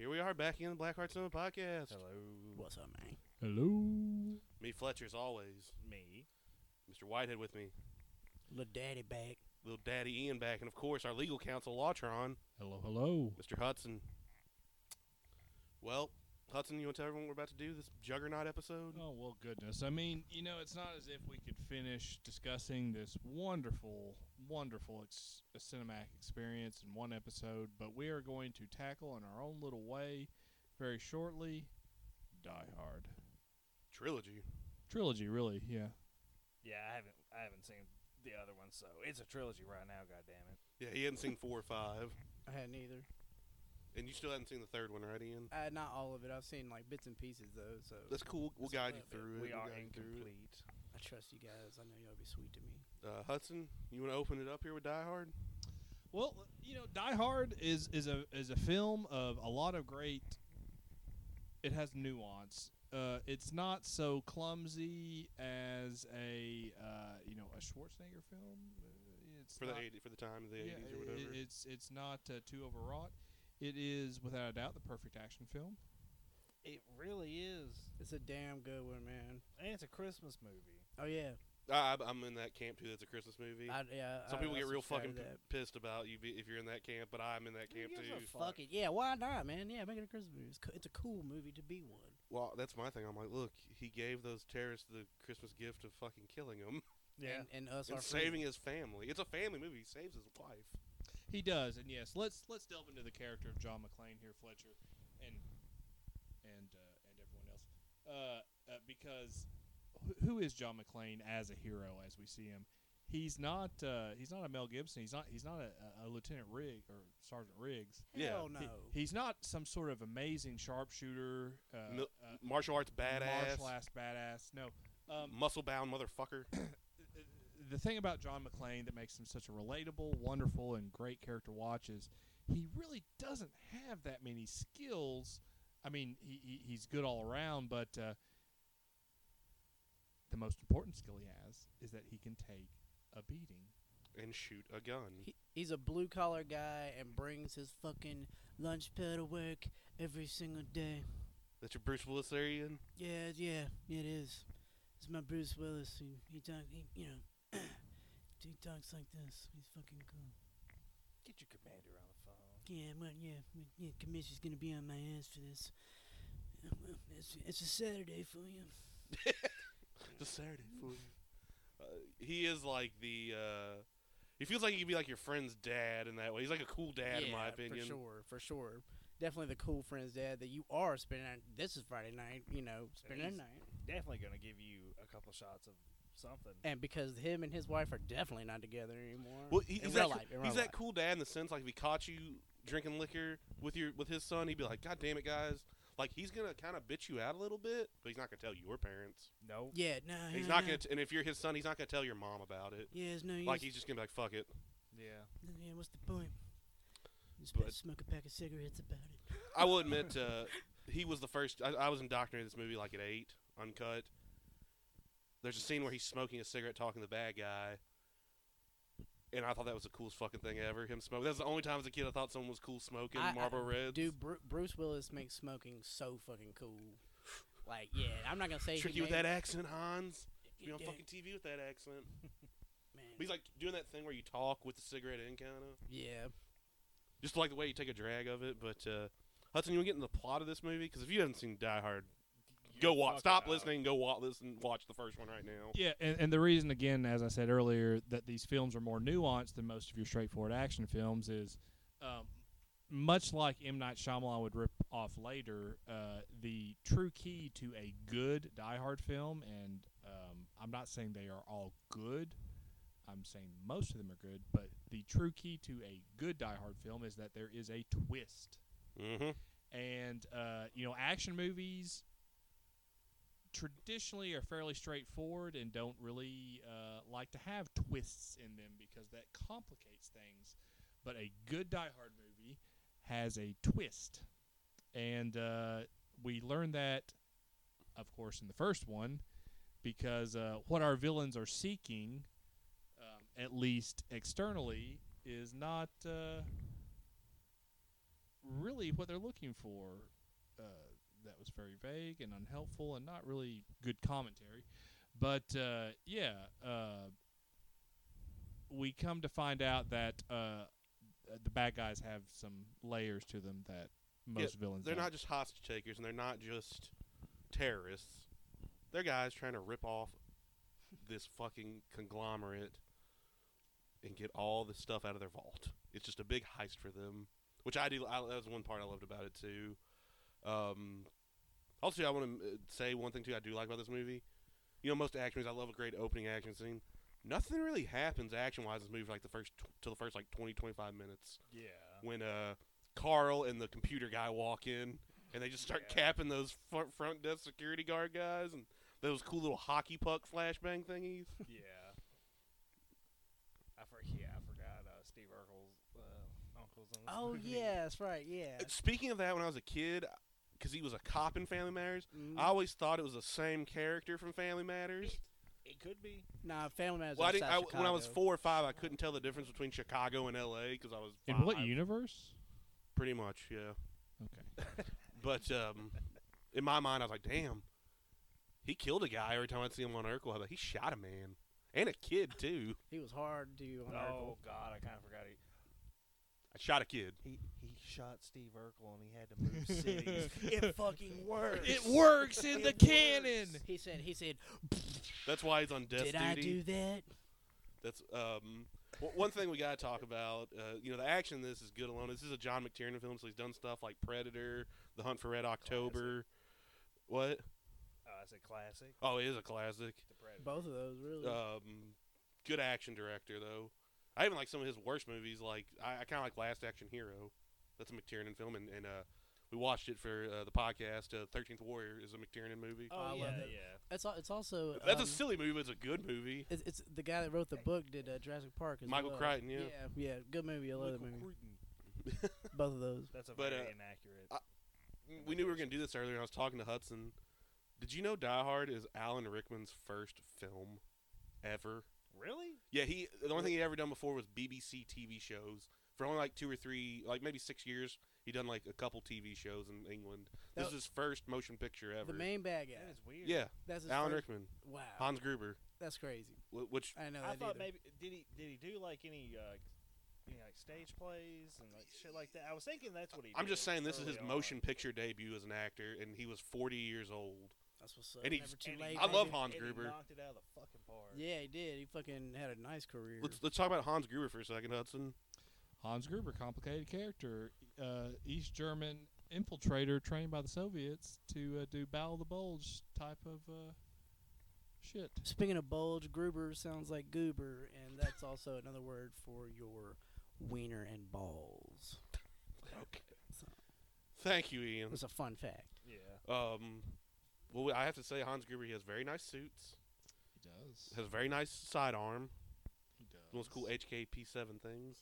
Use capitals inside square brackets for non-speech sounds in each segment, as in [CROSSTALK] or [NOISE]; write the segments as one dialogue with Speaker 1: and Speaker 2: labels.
Speaker 1: Here we are back in the Black Heart Cinema podcast.
Speaker 2: Hello.
Speaker 3: What's up, man?
Speaker 4: Hello.
Speaker 1: Me, Fletcher's always.
Speaker 2: Me.
Speaker 1: Mr. Whitehead with me.
Speaker 3: Little daddy back.
Speaker 1: Little Daddy Ian back. And of course, our legal counsel, Lawtron,
Speaker 4: Hello, hello.
Speaker 1: Mr. Hudson. Well, Hudson, you want to tell everyone what we're about to do? This juggernaut episode?
Speaker 4: Oh, well, goodness. I mean, you know, it's not as if we could finish discussing this wonderful, wonderful ex- uh, cinematic experience in one episode, but we are going to tackle in our own little way very shortly Die Hard.
Speaker 1: Trilogy.
Speaker 4: Trilogy, really, yeah.
Speaker 2: Yeah, I haven't I haven't seen the other one, so it's a trilogy right now. God damn it.
Speaker 1: Yeah, he hadn't seen four or five.
Speaker 3: I hadn't either.
Speaker 1: And you still haven't seen the third one, right, Ian?
Speaker 3: Uh, not all of it. I've seen like bits and pieces though. So
Speaker 1: That's cool. We'll
Speaker 3: That's
Speaker 1: guide
Speaker 3: a
Speaker 1: you
Speaker 3: little bit.
Speaker 1: through it.
Speaker 2: We
Speaker 1: We'll
Speaker 2: are
Speaker 1: guide you through it.
Speaker 2: incomplete.
Speaker 3: I trust you guys. I know y'all be sweet to me.
Speaker 1: Uh, Hudson, you want to open it up here with Die Hard?
Speaker 4: Well, you know, Die Hard is is a is a film of a lot of great. It has nuance. Uh, it's not so clumsy as a uh, you know a Schwarzenegger film. Uh, It's
Speaker 1: For the
Speaker 4: not-
Speaker 1: 80, for the time of the
Speaker 4: yeah,
Speaker 1: 80s or
Speaker 4: it-
Speaker 1: whatever.
Speaker 4: it's it's not uh, too overwrought. It is without a doubt the perfect action film.
Speaker 2: It really is.
Speaker 3: It's a damn good one, man.
Speaker 2: And it's a Christmas movie.
Speaker 3: Oh yeah.
Speaker 1: I, I'm in that camp, too. That's a Christmas movie.
Speaker 3: I, yeah.
Speaker 1: Some
Speaker 3: I-
Speaker 1: people
Speaker 3: I
Speaker 1: get real
Speaker 3: subscribe to
Speaker 1: fucking p-
Speaker 3: that.
Speaker 1: pissed about you be- if you're in that camp, but I'm in that
Speaker 2: Who
Speaker 1: camp
Speaker 2: gives
Speaker 1: too.
Speaker 2: a fuck?
Speaker 3: Fuck it. Yeah. Why not, man? Yeah. Make it a Christmas movie. It's, co- it's a cool movie to be one.
Speaker 1: Well, that's my thing. I'm like, look, he gave those terrorists the Christmas gift of fucking killing him
Speaker 2: Yeah.
Speaker 3: And, and us
Speaker 1: and
Speaker 3: are
Speaker 1: saving his family. It's a family movie. He saves his wife.
Speaker 4: He does, and yes, let's let's delve into the character of John McClane here, Fletcher, and and uh, and everyone else, uh, uh, because wh- who is John McClane as a hero as we see him? He's not uh, he's not a Mel Gibson. He's not he's not a, a Lieutenant Rigg or Sergeant Riggs.
Speaker 3: Hell
Speaker 4: He-
Speaker 3: no.
Speaker 4: he's not some sort of amazing sharpshooter, uh,
Speaker 1: Mil-
Speaker 4: uh,
Speaker 1: Martial arts badass,
Speaker 4: martial arts badass. No, um,
Speaker 1: muscle bound motherfucker.
Speaker 4: the thing about John McClane that makes him such a relatable, wonderful, and great character to watch is he really doesn't have that many skills. I mean, he, he he's good all around, but uh, the most important skill he has is that he can take a beating.
Speaker 1: and shoot a gun.
Speaker 3: He, he's a blue collar guy and brings his fucking lunch pail to work every single day.
Speaker 1: That's your Bruce Willis there, Ian?
Speaker 3: Yeah, yeah, it is. It's my Bruce Willis. He, he talks, he, you know, [COUGHS] he talks like this. He's fucking cool.
Speaker 2: Get your commander on the phone.
Speaker 3: Yeah, well, yeah, well, yeah. Commission's gonna be on my ass for this. Yeah, well, it's, it's a Saturday for you.
Speaker 1: Just Saturday for
Speaker 3: [LAUGHS]
Speaker 1: you. Uh, he is like the. Uh, he feels like he could be like your friend's dad in that way. He's like a cool dad, in my opinion.
Speaker 3: for sure, for sure. Definitely the cool friend's dad that you are spending. This is Friday night, you know, spending the
Speaker 2: He's-
Speaker 3: night.
Speaker 2: Definitely gonna give you a couple shots of something.
Speaker 3: And because him and his wife are definitely not together anymore.
Speaker 1: Well, he,
Speaker 3: in
Speaker 1: he's,
Speaker 3: real
Speaker 1: that,
Speaker 3: life, in real
Speaker 1: he's that
Speaker 3: life.
Speaker 1: cool dad in the sense like if he caught you drinking liquor with your with his son, he'd be like, "God damn it, guys!" Like he's gonna kind of bitch you out a little bit, but he's not gonna tell your parents.
Speaker 2: no.
Speaker 3: Yeah, no.
Speaker 1: He's
Speaker 3: no,
Speaker 1: not
Speaker 3: no.
Speaker 1: gonna, t- and if you're his son, he's not gonna tell your mom about it.
Speaker 3: Yeah, it's no use.
Speaker 1: Like he's just gonna be like, "Fuck it."
Speaker 2: Yeah.
Speaker 3: Yeah, what's the point? Just
Speaker 1: But-
Speaker 3: smoke a pack of cigarettes about it.
Speaker 1: I will admit, uh, he was the first. I, I was indoctrinated in this movie like at eight, uncut. There's a scene where he's smoking a cigarette, talking to the bad guy, and I thought that was the coolest fucking thing ever. Him smoking. That's the only time as a kid I thought someone was cool smoking
Speaker 3: I- I-
Speaker 1: Marlboro Reds.
Speaker 3: Dude, Bru- Bruce Willis makes smoking so fucking cool. Like, yeah, I'm not gonna say
Speaker 1: Trick
Speaker 3: he
Speaker 1: you with
Speaker 3: made-
Speaker 1: that accent, Hans. Be on
Speaker 3: Yeah,
Speaker 1: fucking TV with that accent.
Speaker 3: man.
Speaker 1: But he's like doing that thing where you talk with the cigarette in, kind of.
Speaker 3: yeah,
Speaker 1: Just like the way you take a drag of it. But uh, Hudson, you want to get in the plot of this movie? Because if you haven't seen Die Hard, go watch. Stop listening. Go watch. Listen. Watch the first one right now.
Speaker 4: Yeah, and, and the reason, again, as I said earlier, that these films are more nuanced than most of your straightforward action films is, um, much like M Night Shyamalan would rip off later, uh, the true key to a good Die Hard film, and um, I'm not saying they are all good. I'm saying most of them are good, but the true key to a good Die Hard film is that there is a twist
Speaker 1: Mm-hmm.
Speaker 4: and uh, you know action movies traditionally are fairly straightforward and don't really uh, like to have twists in them because that complicates things but a good die hard movie has a twist and uh, we learned that of course in the first one because uh, what our villains are seeking um, at least externally is not uh, really what they're looking for. Uh, that was very vague and unhelpful and not really good commentary. But uh, yeah, uh, we come to find out that uh, the bad guys have some layers to them that
Speaker 1: Yeah,
Speaker 4: most villains
Speaker 1: They're
Speaker 4: don't.
Speaker 1: not just hostage takers, and they're not just terrorists. They're guys trying to rip off this fucking conglomerate and get all the stuff out of their vault. It's just a big heist for them, which I do. I, that was one part I loved about it too. Um, also, I want to say one thing too. I do like about this movie. You know, most action movies, I love a great opening action scene. Nothing really happens action wise in this movie, for like the first tw- till the first like 20, 25 minutes
Speaker 2: Yeah.
Speaker 1: when uh Carl and the computer guy walk in and they just start
Speaker 2: Yeah.
Speaker 1: capping those front, front desk security guard guys and those cool little hockey puck flashbang thingies.
Speaker 2: Yeah. I for, yeah, I forgot uh, Steve Urkel's uh, uncle's in
Speaker 1: [LAUGHS]
Speaker 2: this
Speaker 3: Oh
Speaker 2: movie.
Speaker 3: yeah, that's right. Yeah.
Speaker 1: Speaking of that, when I was a kid, because he was a cop in Family Matters,
Speaker 3: Mm.
Speaker 1: I always thought it was the same character from Family Matters.
Speaker 2: [LAUGHS] It could be.
Speaker 3: Nah, Family Matters.
Speaker 1: Well, I
Speaker 3: outside
Speaker 1: didn't, I, when I was
Speaker 3: Chicago.
Speaker 1: four or five, I couldn't tell the difference between Chicago and L.A. because I was
Speaker 4: In
Speaker 1: five,
Speaker 4: what universe?
Speaker 1: Pretty much, yeah.
Speaker 4: Okay. [LAUGHS]
Speaker 1: But um, in my mind, I was like, "Damn, he killed a guy." Every time I'd see him on Urkel, I was like, "He shot a man and a kid too."
Speaker 3: he was hard to on Urkel.
Speaker 2: Oh God, I kind of forgot he
Speaker 1: I shot a kid.
Speaker 2: he he shot Steve Urkel and he [LAUGHS] had to move cities.
Speaker 1: [LAUGHS]
Speaker 3: It fucking works.
Speaker 4: It works in the
Speaker 2: It works.
Speaker 4: canon.
Speaker 3: He said. He said.
Speaker 1: That's why he's on death
Speaker 3: Did
Speaker 1: duty.
Speaker 3: I do that?
Speaker 1: That's um, w- one thing we gotta talk about. Uh, you know, the action in this is good alone. This is a John McTiernan film, so he's done stuff like Predator, The Hunt for Red October. What?
Speaker 2: Oh, that's a classic.
Speaker 1: Oh, it is a classic.
Speaker 2: The Predator.
Speaker 3: Both of those really.
Speaker 1: Um, good action director though. I even like some of his worst movies. Like I, I kind of like Last Action Hero. That's a McTiernan film, and, and uh, we watched it for uh, the podcast. Thirteenth Warrior is a McTiernan movie.
Speaker 3: I
Speaker 2: Oh,
Speaker 3: love
Speaker 2: yeah,
Speaker 3: that.
Speaker 2: yeah.
Speaker 3: it's al- it's also.
Speaker 1: That's
Speaker 3: um,
Speaker 1: a silly movie, but it's a good movie.
Speaker 3: it's, it's the guy that wrote the book did uh, Jurassic Park. As
Speaker 1: Michael
Speaker 3: well.
Speaker 1: Crichton, yeah.
Speaker 3: yeah, Good movie. I love that
Speaker 2: Michael
Speaker 3: movie.
Speaker 2: Crichton.
Speaker 3: Both of those.
Speaker 2: That's a
Speaker 1: But,
Speaker 2: very
Speaker 1: uh,
Speaker 2: inaccurate.
Speaker 1: I- we knew we were going to do this earlier. And I was talking to Hudson. Did you know Die Hard is Alan Rickman's first film ever?
Speaker 2: really?
Speaker 1: Yeah, he the only thing he ever done before was BBC TV shows for only like two or three, like maybe six years. He done like a couple TV shows in England. This
Speaker 3: That-
Speaker 1: is his first motion picture ever.
Speaker 3: The main bad guy.
Speaker 2: That is weird.
Speaker 1: yeah,
Speaker 3: That's his
Speaker 1: Alan
Speaker 3: first-
Speaker 1: Rickman,
Speaker 3: Wow.
Speaker 1: Hans Gruber,
Speaker 3: That's crazy.
Speaker 1: wh- which
Speaker 3: I didn't know that.
Speaker 2: I thought
Speaker 3: either.
Speaker 2: maybe did he did he do like any uh, any like stage plays and like shit like that? I was thinking that's what he.
Speaker 1: I'm
Speaker 2: did
Speaker 1: just saying this is
Speaker 2: early
Speaker 1: his
Speaker 2: on.
Speaker 1: motion picture debut as an actor, and he was 40 years old.
Speaker 3: That's what's up.
Speaker 1: and he-
Speaker 3: Never
Speaker 2: And
Speaker 3: too
Speaker 2: he
Speaker 3: late.
Speaker 1: I love
Speaker 3: baby.
Speaker 2: knocked-
Speaker 1: Hans
Speaker 2: and he
Speaker 1: Gruber.
Speaker 2: knocked it out of the fucking park.
Speaker 3: Yeah, he did. He fucking had a nice career.
Speaker 1: Let's let's talk about Hans Gruber for a second, Hudson.
Speaker 4: Hans Gruber, complicated character, uh, East German infiltrator trained by the Soviets to uh, do Battle of the Bulge type of uh, shit.
Speaker 3: Speaking of bulge, Gruber sounds like goober, and that's also another word for your wiener and balls.
Speaker 1: Thank you, Ian.
Speaker 3: It was a fun fact.
Speaker 2: Yeah.
Speaker 1: Um, well, I have to say Hans Gruber. He has very nice suits.
Speaker 4: He does.
Speaker 1: Has a very nice sidearm.
Speaker 4: He does.
Speaker 1: Those cool HKP7 things.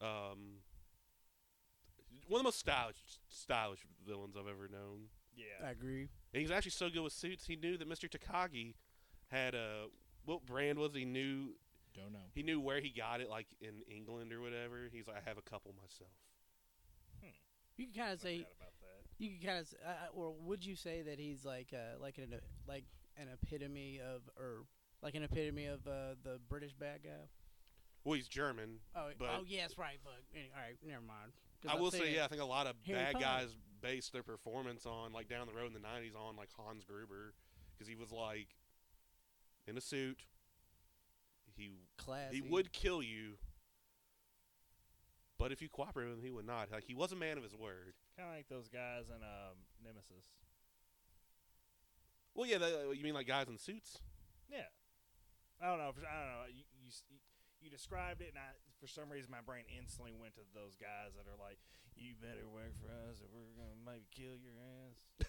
Speaker 1: Um, one of the most stylish, stylish villains I've ever known.
Speaker 2: Yeah.
Speaker 3: I agree.
Speaker 1: And he's actually so good with suits. He knew that Mr. Takagi had a what brand was he knew
Speaker 4: Don't know.
Speaker 1: he knew where he got it like in England or whatever. He's like I have a couple myself.
Speaker 3: You can kind of say
Speaker 2: forgot about that.
Speaker 3: you can kind of, uh, or would you say that he's like uh, like an like an epitome of or like an epitome of uh, the British bad guy?
Speaker 1: Well, he's German.
Speaker 3: Oh,
Speaker 1: But-
Speaker 3: oh yes, right. But any- all right, never mind. 'Cause
Speaker 1: I
Speaker 3: I'm
Speaker 1: will say
Speaker 3: thinking-
Speaker 1: yeah, I think a lot of
Speaker 3: Harry
Speaker 1: bad
Speaker 3: Potter.
Speaker 1: guys based their performance on like down the road in the '90s on like Hans Gruber because he was like in a suit. He
Speaker 3: classy.
Speaker 1: he would kill you, but if you cooperate with him, he would not. Like he was a man of his word.
Speaker 2: Kind of like those guys in um, Nemesis.
Speaker 1: Well, yeah, that, you mean like guys in suits? [LAUGHS]
Speaker 2: Yeah. I don't know. if- I don't know. You, you s- you described it, and I for some reason my brain instantly went to those guys that are like, "You better work for us, or we're gonna maybe kill your ass."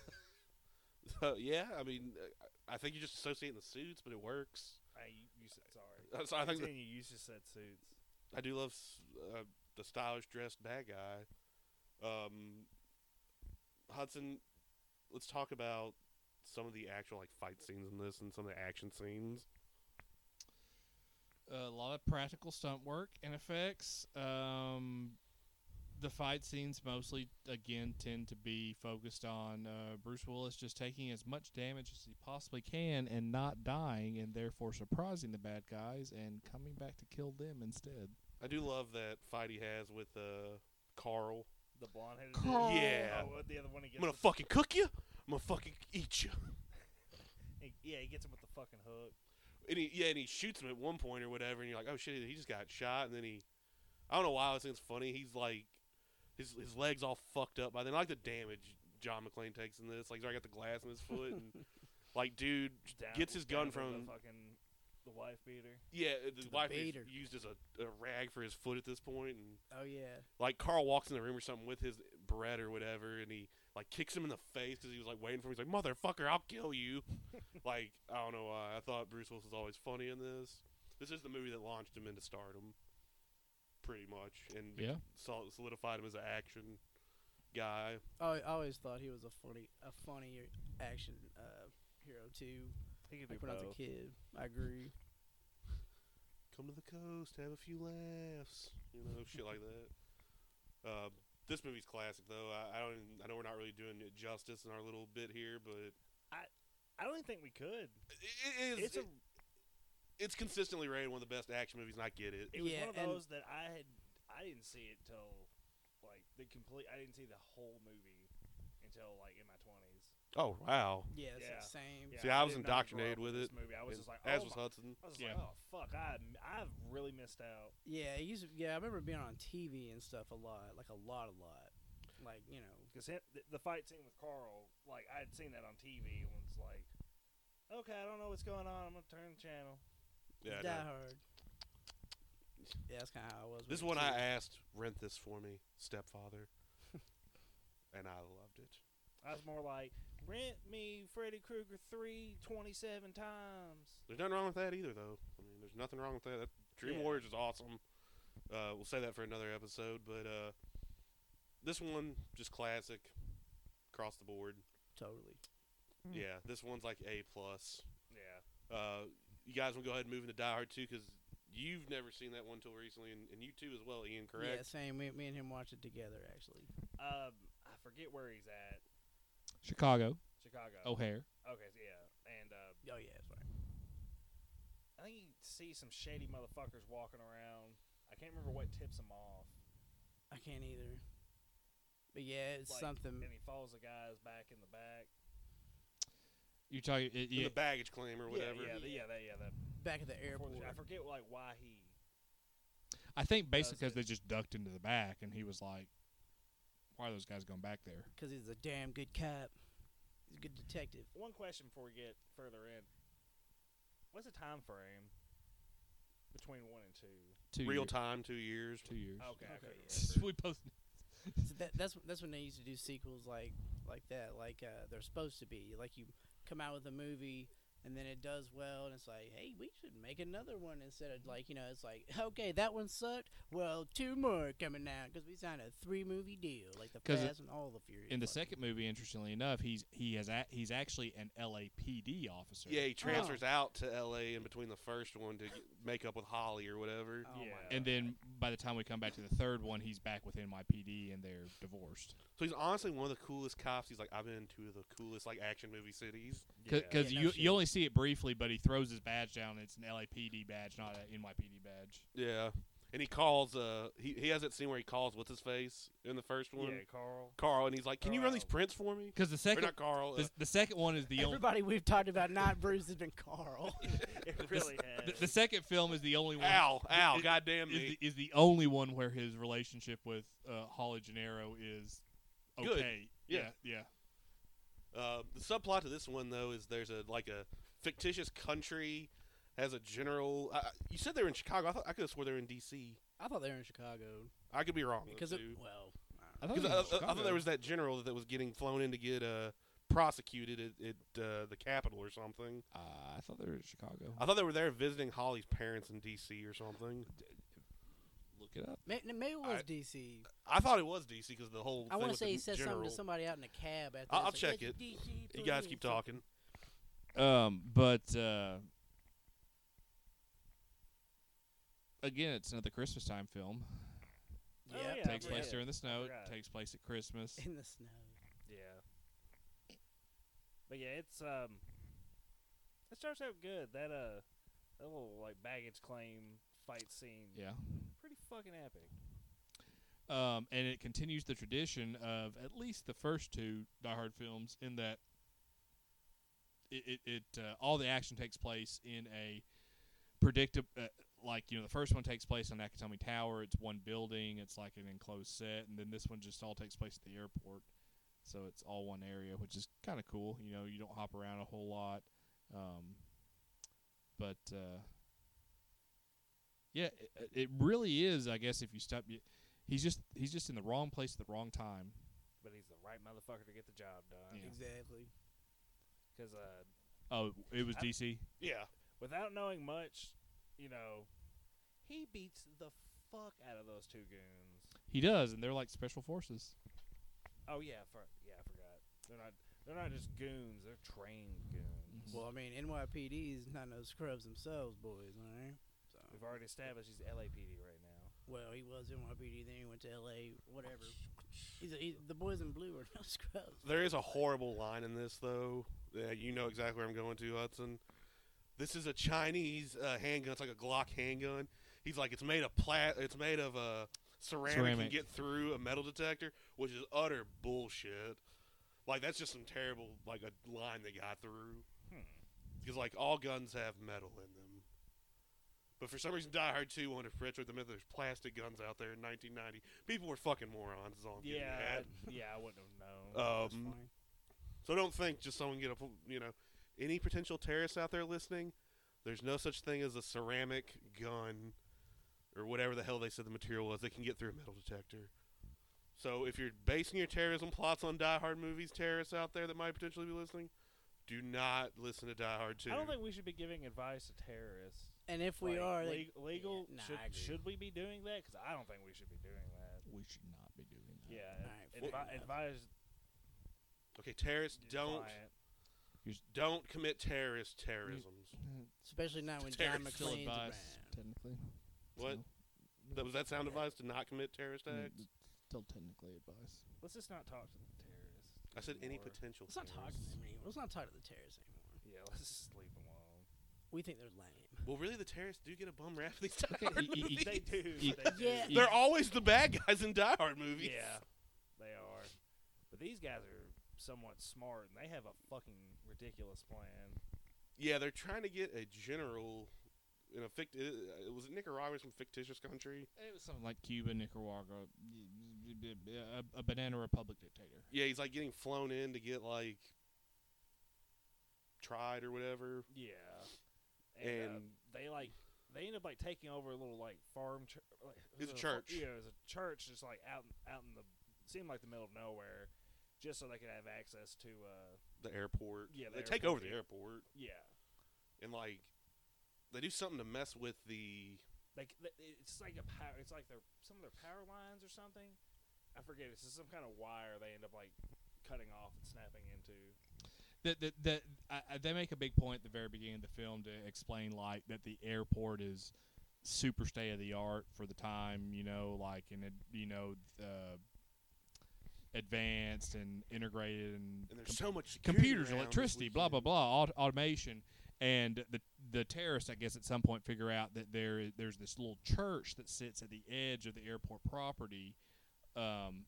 Speaker 1: So, yeah, I mean, uh, I think you're just associating the suits, but it works. [LAUGHS]
Speaker 2: I you, you said sorry.
Speaker 1: Uh, So I think that
Speaker 2: Continue, you just said suits.
Speaker 1: I do love s- uh, the stylish dressed bad guy. Um, Hudson, let's talk about some of the actual like fight scenes in this and some of the action scenes.
Speaker 4: a lot of practical stunt work and effects. Um, the fight scenes mostly again tend to be focused on uh, Bruce Willis just taking as much damage as he possibly can and not dying, and therefore surprising the bad guys and coming back to kill them instead.
Speaker 1: I do love that fight he has with uh, Carl.
Speaker 2: The blonde headed
Speaker 4: Carl.
Speaker 1: Yeah.
Speaker 2: Oh, the other one he
Speaker 1: I'm
Speaker 2: gets
Speaker 1: gonna
Speaker 2: with-
Speaker 1: fucking cook you. I'm gonna fucking eat you.
Speaker 2: he- Yeah, he gets him with the fucking hook.
Speaker 1: And he, yeah, and he shoots him at one point or whatever, and you're like, oh shit, he just got shot. And then he, I don't know why I always think it's funny. He's like, his his legs all fucked up by then. I like the damage John McClane takes in this. Like he's already got the glass in his foot, and
Speaker 2: [LAUGHS]
Speaker 1: like dude,
Speaker 2: Down,
Speaker 1: Gets his gun
Speaker 2: down to
Speaker 1: from-
Speaker 2: the fucking the wife beater.
Speaker 1: yeah, his
Speaker 3: the
Speaker 1: wife is
Speaker 3: beater.
Speaker 1: used as a, a rag for his foot at this point, and
Speaker 3: Oh yeah.
Speaker 1: like Carl walks in the room or something with his bread or whatever, and he like kicks him in the face because he was like waiting for him. He's like, "Motherfucker, I'll kill you!" [LAUGHS] like I don't know why. I thought Bruce Willis was always funny in this. This is the movie that launched him into stardom, pretty much, and be-
Speaker 4: Yeah.
Speaker 1: sol- solidified him as an action guy.
Speaker 3: Oh, I always thought he was a funny, a funny action uh, hero too.
Speaker 2: He could do
Speaker 3: Like when I was a
Speaker 2: both.
Speaker 3: kid, I agree.
Speaker 1: Come to the coast, have a few laughs, you know, shit like that. Uh, this movie's classic though. I, I don't. even- I know we're not really doing it justice in our little bit here, but
Speaker 2: I don't even think we could.
Speaker 1: it, it is.
Speaker 2: It's a.
Speaker 1: it's consistently rated one of the best action movies, and I get it.
Speaker 2: It was
Speaker 3: Yeah,
Speaker 2: one of
Speaker 3: and-
Speaker 2: those that I had. I didn't see it till like the complete. I didn't see the whole movie until like in my twenties.
Speaker 1: Oh wow!
Speaker 3: Yeah, it's
Speaker 2: Yeah.
Speaker 3: the same.
Speaker 1: See, I was
Speaker 2: did not grow
Speaker 1: indoctrinated
Speaker 2: up
Speaker 1: with
Speaker 2: this
Speaker 1: it,
Speaker 2: Movie. I was just like,
Speaker 1: as
Speaker 2: oh
Speaker 1: was
Speaker 2: my,
Speaker 1: Hudson.
Speaker 2: I was
Speaker 4: Yeah.
Speaker 2: like, oh fuck, I I've really missed out.
Speaker 3: Yeah, he used to, yeah, I remember being on TV and stuff a lot, like a lot, a lot. Like, you know,
Speaker 2: because the fight scene with Carl, like I had seen that on TV, and was like, okay, I don't know what's going on. I'm gonna turn the channel.
Speaker 1: Yeah. I
Speaker 3: Die
Speaker 1: know.
Speaker 3: Hard. Yeah, that's kind of how I was.
Speaker 1: This is one
Speaker 3: when
Speaker 1: I
Speaker 3: was a kid.
Speaker 1: asked rent this for me, stepfather, and I loved it.
Speaker 2: I was more like, rent me Freddy Krueger three twenty seven times.
Speaker 1: There's nothing wrong with that either, though. I mean, there's nothing wrong with that. that Dream
Speaker 2: Yeah.
Speaker 1: Warriors is awesome. Uh, we'll say that for another episode, but uh, this one just classic, across the board.
Speaker 3: totally.
Speaker 4: Hmm.
Speaker 1: Yeah, this one's like a plus.
Speaker 2: Yeah,
Speaker 1: Uh, you guys want to go ahead and move into Die Hard too, because you've never seen that one till recently, and, and you too as well, Ian. Correct?
Speaker 3: Yeah, same. Me, me and him watched it together actually.
Speaker 2: um, I forget where he's at.
Speaker 4: Chicago
Speaker 2: Chicago.
Speaker 4: O'Hare.
Speaker 2: okay, so yeah, and uh,
Speaker 3: Oh yeah, that's right.
Speaker 2: I think you see some shady motherfuckers walking around. I can't remember what tips him off,
Speaker 3: I can't either. But yeah, it's
Speaker 2: Like,
Speaker 3: something.
Speaker 2: and he follows the guys back in the back.
Speaker 4: You're talking. It,
Speaker 1: in
Speaker 4: yeah,
Speaker 1: the baggage claim or whatever.
Speaker 2: Yeah, yeah, the- yeah, that, yeah, that.
Speaker 3: Back at the
Speaker 2: before
Speaker 3: airport.
Speaker 2: the- I forget like why he.
Speaker 4: I think basically because
Speaker 2: Does it.
Speaker 4: they just ducked into the back, and he was like, "Why are those guys going back there?"
Speaker 3: because he's a damn good cop. He's a good detective.
Speaker 2: One question before we get further in. What's the time frame between one and two?
Speaker 4: Two
Speaker 1: Real
Speaker 4: year-
Speaker 1: time, two years.
Speaker 4: Two years.
Speaker 2: Okay, I
Speaker 3: Okay,
Speaker 2: couldn't
Speaker 3: yeah.
Speaker 4: [LAUGHS]
Speaker 2: remember.
Speaker 4: we both.
Speaker 3: So that, that's that's when they used to do sequels like like that, like uh, they're supposed to be. Like you come out with a movie and then it does well, and it's like, hey, we should make another one instead of like you know, it's like, okay, that one sucked. Well, two more coming out because we signed a three movie deal, like the
Speaker 4: 'Cause it-
Speaker 3: Fast and all the Furious.
Speaker 4: In the
Speaker 3: fucking-
Speaker 4: second movie, interestingly enough, he's he has a, he's actually an LAPD officer.
Speaker 1: Yeah,
Speaker 2: Oh.
Speaker 1: he transfers out to L.A. in between the first one to get- make up with Holly or whatever.
Speaker 3: Oh
Speaker 2: Yeah.
Speaker 3: my
Speaker 4: And
Speaker 3: God.
Speaker 4: then by the time we come back to the third one, he's back with NYPD and they're divorced.
Speaker 1: So he's honestly one of the coolest cops. He's like, I've been to the coolest like action movie cities.
Speaker 4: Because
Speaker 3: Yeah,
Speaker 2: Yeah.
Speaker 3: no
Speaker 4: you
Speaker 3: shit.
Speaker 4: you only see it briefly, but he throws his badge down. And it's an LAPD badge, not an NYPD badge.
Speaker 1: Yeah, and he calls. Uh, he he has that scene where he calls what's his face in the first one,
Speaker 2: Yeah,
Speaker 4: [LAUGHS]
Speaker 2: Carl.
Speaker 1: Carl, and he's like, "Can you run these
Speaker 2: Carl.
Speaker 1: prints for me?"
Speaker 4: Because the
Speaker 1: Or
Speaker 4: second
Speaker 1: not Carl. Uh,
Speaker 4: the, the second one is the only
Speaker 3: Everybody we've talked about, not Bruce, has been Carl.
Speaker 4: [LAUGHS]
Speaker 2: It really
Speaker 4: the,
Speaker 2: has.
Speaker 4: the second film is the only one
Speaker 1: Al, Al,
Speaker 4: it-
Speaker 1: goddamn
Speaker 4: is
Speaker 1: me.
Speaker 4: the, is the only one where his relationship with uh, Holly Gennaro is okay.
Speaker 1: Good.
Speaker 4: Yeah,
Speaker 1: Yeah.
Speaker 4: yeah.
Speaker 1: Uh, the subplot to this one though is there's a like a fictitious country has a general. Uh, you said they were in Chicago. I thought I could have swore they were in D.C.
Speaker 3: I thought they were in Chicago
Speaker 1: I could be wrong. though,
Speaker 3: because it,
Speaker 1: too.
Speaker 3: well, I don't know.
Speaker 4: I thought,
Speaker 1: Because I, I, I thought there was that general that was getting flown in to get uh, prosecuted at, at uh, the Capitol or something.
Speaker 4: Uh, I thought they were in Chicago.
Speaker 1: I thought they were there visiting Holly's parents in D.C. or something.
Speaker 4: Look it up.
Speaker 3: May- n- maybe it was
Speaker 1: I-
Speaker 3: DC.
Speaker 1: I thought it was D.C. because the whole.
Speaker 3: I
Speaker 1: want
Speaker 3: want to say he said something to somebody out in a cab. After
Speaker 1: I- I'll
Speaker 3: this, like,
Speaker 1: check
Speaker 3: "It's DC,
Speaker 1: You guys keep
Speaker 3: please."
Speaker 1: talking.
Speaker 4: Um, but uh, again, it's another Christmas time film.
Speaker 2: Oh,
Speaker 3: Yep.
Speaker 2: yeah, I
Speaker 4: takes place
Speaker 2: forgot.
Speaker 4: during the snow.
Speaker 2: forgot.
Speaker 4: Takes place at
Speaker 2: [LAUGHS]
Speaker 4: Christmas.
Speaker 3: in the snow.
Speaker 2: Yeah. But yeah, it's um it starts out good. That uh that little like baggage claim fight scene.
Speaker 4: Yeah.
Speaker 2: Pretty fucking epic.
Speaker 4: um, and it continues the tradition of at least the first two Die Hard films in that it it, it uh, all the action takes place in a predictable. Uh, like you know, the first one takes place on Nakatomi Tower. It's one building. It's like an enclosed set, and then this one just all takes place at the airport. So it's all one area, which is kind of cool. You know, you don't hop around a whole lot. Um, but uh, yeah, it, it really is. I guess if you stop, you, he's just he's just in the wrong place at the wrong time.
Speaker 2: But he's the right motherfucker to get the job done.
Speaker 4: Yeah.
Speaker 3: Exactly.
Speaker 2: Because uh,
Speaker 4: Oh, it was
Speaker 2: I-
Speaker 4: DC.
Speaker 1: Yeah.
Speaker 2: without knowing much, you know, he beats the fuck out of those two goons.
Speaker 4: He does, and they're like special forces.
Speaker 2: Oh yeah, for, yeah, I forgot. They're not they're not just goons. They're trained goons.
Speaker 4: Mhm.
Speaker 3: Well, I mean, NYPD is not no scrubs themselves, boys. All right. So,
Speaker 2: We've already established he's LAPD right now.
Speaker 3: well, he was NYPD, then he went to LA,
Speaker 1: [LAUGHS]
Speaker 3: whatever. He's, he's, the boys in blue are no [LAUGHS] scrubs.
Speaker 1: There is a horrible line in this, though. Yeah, you know exactly where I'm going to, Hudson. This is a Chinese uh, handgun. It's like a Glock handgun. He's like, it's made of plat. It's made of uh, ceramic, and
Speaker 4: Ceramic.
Speaker 1: get through a metal detector, which is utter bullshit. Like that's just some terrible like a line they got through.
Speaker 2: Hmm.
Speaker 1: Because like all guns have metal in them. But for some reason, Die Hard 2 wanted to perpetuate the myth there's plastic guns out there in 1990. People were fucking morons. Is all I'm getting
Speaker 2: Yeah,
Speaker 1: at.
Speaker 2: I- yeah, I wouldn't have known.
Speaker 3: That's
Speaker 1: Um,
Speaker 3: fine.
Speaker 1: so don't think just someone get a pu- you know any potential terrorists out there listening. There's no such thing as a ceramic gun or whatever the hell they said the material was. They can get through a metal detector. So if you're basing your terrorism plots on Die Hard movies, terrorists out there that might potentially be listening, do not listen to Die Hard 2.
Speaker 2: I don't think we should be giving advice to terrorists.
Speaker 3: And if we
Speaker 2: Like,
Speaker 3: are, they-
Speaker 2: leg- legal.
Speaker 3: yeah, nah,
Speaker 2: should,
Speaker 3: I agree.
Speaker 2: should we be doing that? Because I don't think we should be doing that.
Speaker 4: We should not be doing that.
Speaker 2: Yeah,
Speaker 3: Alright,
Speaker 2: advi-
Speaker 3: fair enough.
Speaker 2: advise.
Speaker 1: okay, terrorists
Speaker 2: your
Speaker 1: don't
Speaker 2: client.
Speaker 1: don't commit terrorist terrorisms.
Speaker 4: Mm-hmm.
Speaker 3: especially not when John
Speaker 1: terrorists
Speaker 4: Still
Speaker 3: McClane's around.
Speaker 4: advice, technically.
Speaker 1: What?
Speaker 2: Mm.
Speaker 1: That was that sound advice to not commit terrorist
Speaker 4: Mm,
Speaker 1: acts?
Speaker 4: Still technically advice.
Speaker 2: Let's just not talk to the terrorists.
Speaker 1: I said any
Speaker 2: anymore.
Speaker 1: potential.
Speaker 3: Let's not talk to
Speaker 1: terrorists.
Speaker 3: them anymore. Let's not talk to the terrorists anymore.
Speaker 2: Yeah, let's just leave them
Speaker 1: [LAUGHS]
Speaker 2: alone.
Speaker 3: We think they're lame.
Speaker 1: Well, really, the terrorists do get a bum rap
Speaker 2: [LAUGHS]
Speaker 1: these Die Hard
Speaker 4: y- y-
Speaker 1: movies.
Speaker 4: y-
Speaker 2: they do.
Speaker 4: you-
Speaker 2: they do.
Speaker 3: Yeah.
Speaker 1: They're always the bad guys in Die Hard movies.
Speaker 2: Yeah, they are. But these guys are somewhat smart, and they have a fucking ridiculous plan.
Speaker 1: Yeah, they're trying to get a general in a fict. It, it uh, was Nicaragua, some fictitious country.
Speaker 4: It was something like Cuba, Nicaragua, y- y- y- y- a, a banana republic dictator.
Speaker 1: Yeah, he's like getting flown in to get like tried or whatever.
Speaker 2: Yeah, and, uh,
Speaker 1: And-
Speaker 2: they like they end up like taking over a little like farm. Ch- like,
Speaker 1: It's a
Speaker 2: uh,
Speaker 1: church.
Speaker 2: Yeah, it was a church just like out in- out in the seemed like the middle of nowhere, just so they could have access to. uh
Speaker 1: The airport.
Speaker 2: Yeah, the
Speaker 1: they take
Speaker 2: airport,
Speaker 1: over the
Speaker 2: yeah.
Speaker 1: airport
Speaker 2: Yeah,
Speaker 1: and like they do something to mess with the.
Speaker 2: like th- it's like a power. It's like their some of their power lines or something. I forget. It's just some kind of wire they end up like cutting off and snapping into.
Speaker 4: That that that I, I- they make a big point at the very beginning of the film to explain like that the airport is super state of the art for the time. You know, like and it, you know. Uh, Advanced and integrated and,
Speaker 1: And
Speaker 4: com-
Speaker 1: there's so much security
Speaker 4: computers,
Speaker 1: around this
Speaker 4: electricity, blah blah
Speaker 1: weekend.
Speaker 4: blah, aut- automation, and the the terrorists, I guess, at some point figure out that there is, there's this little church that sits at the edge of the airport property, um,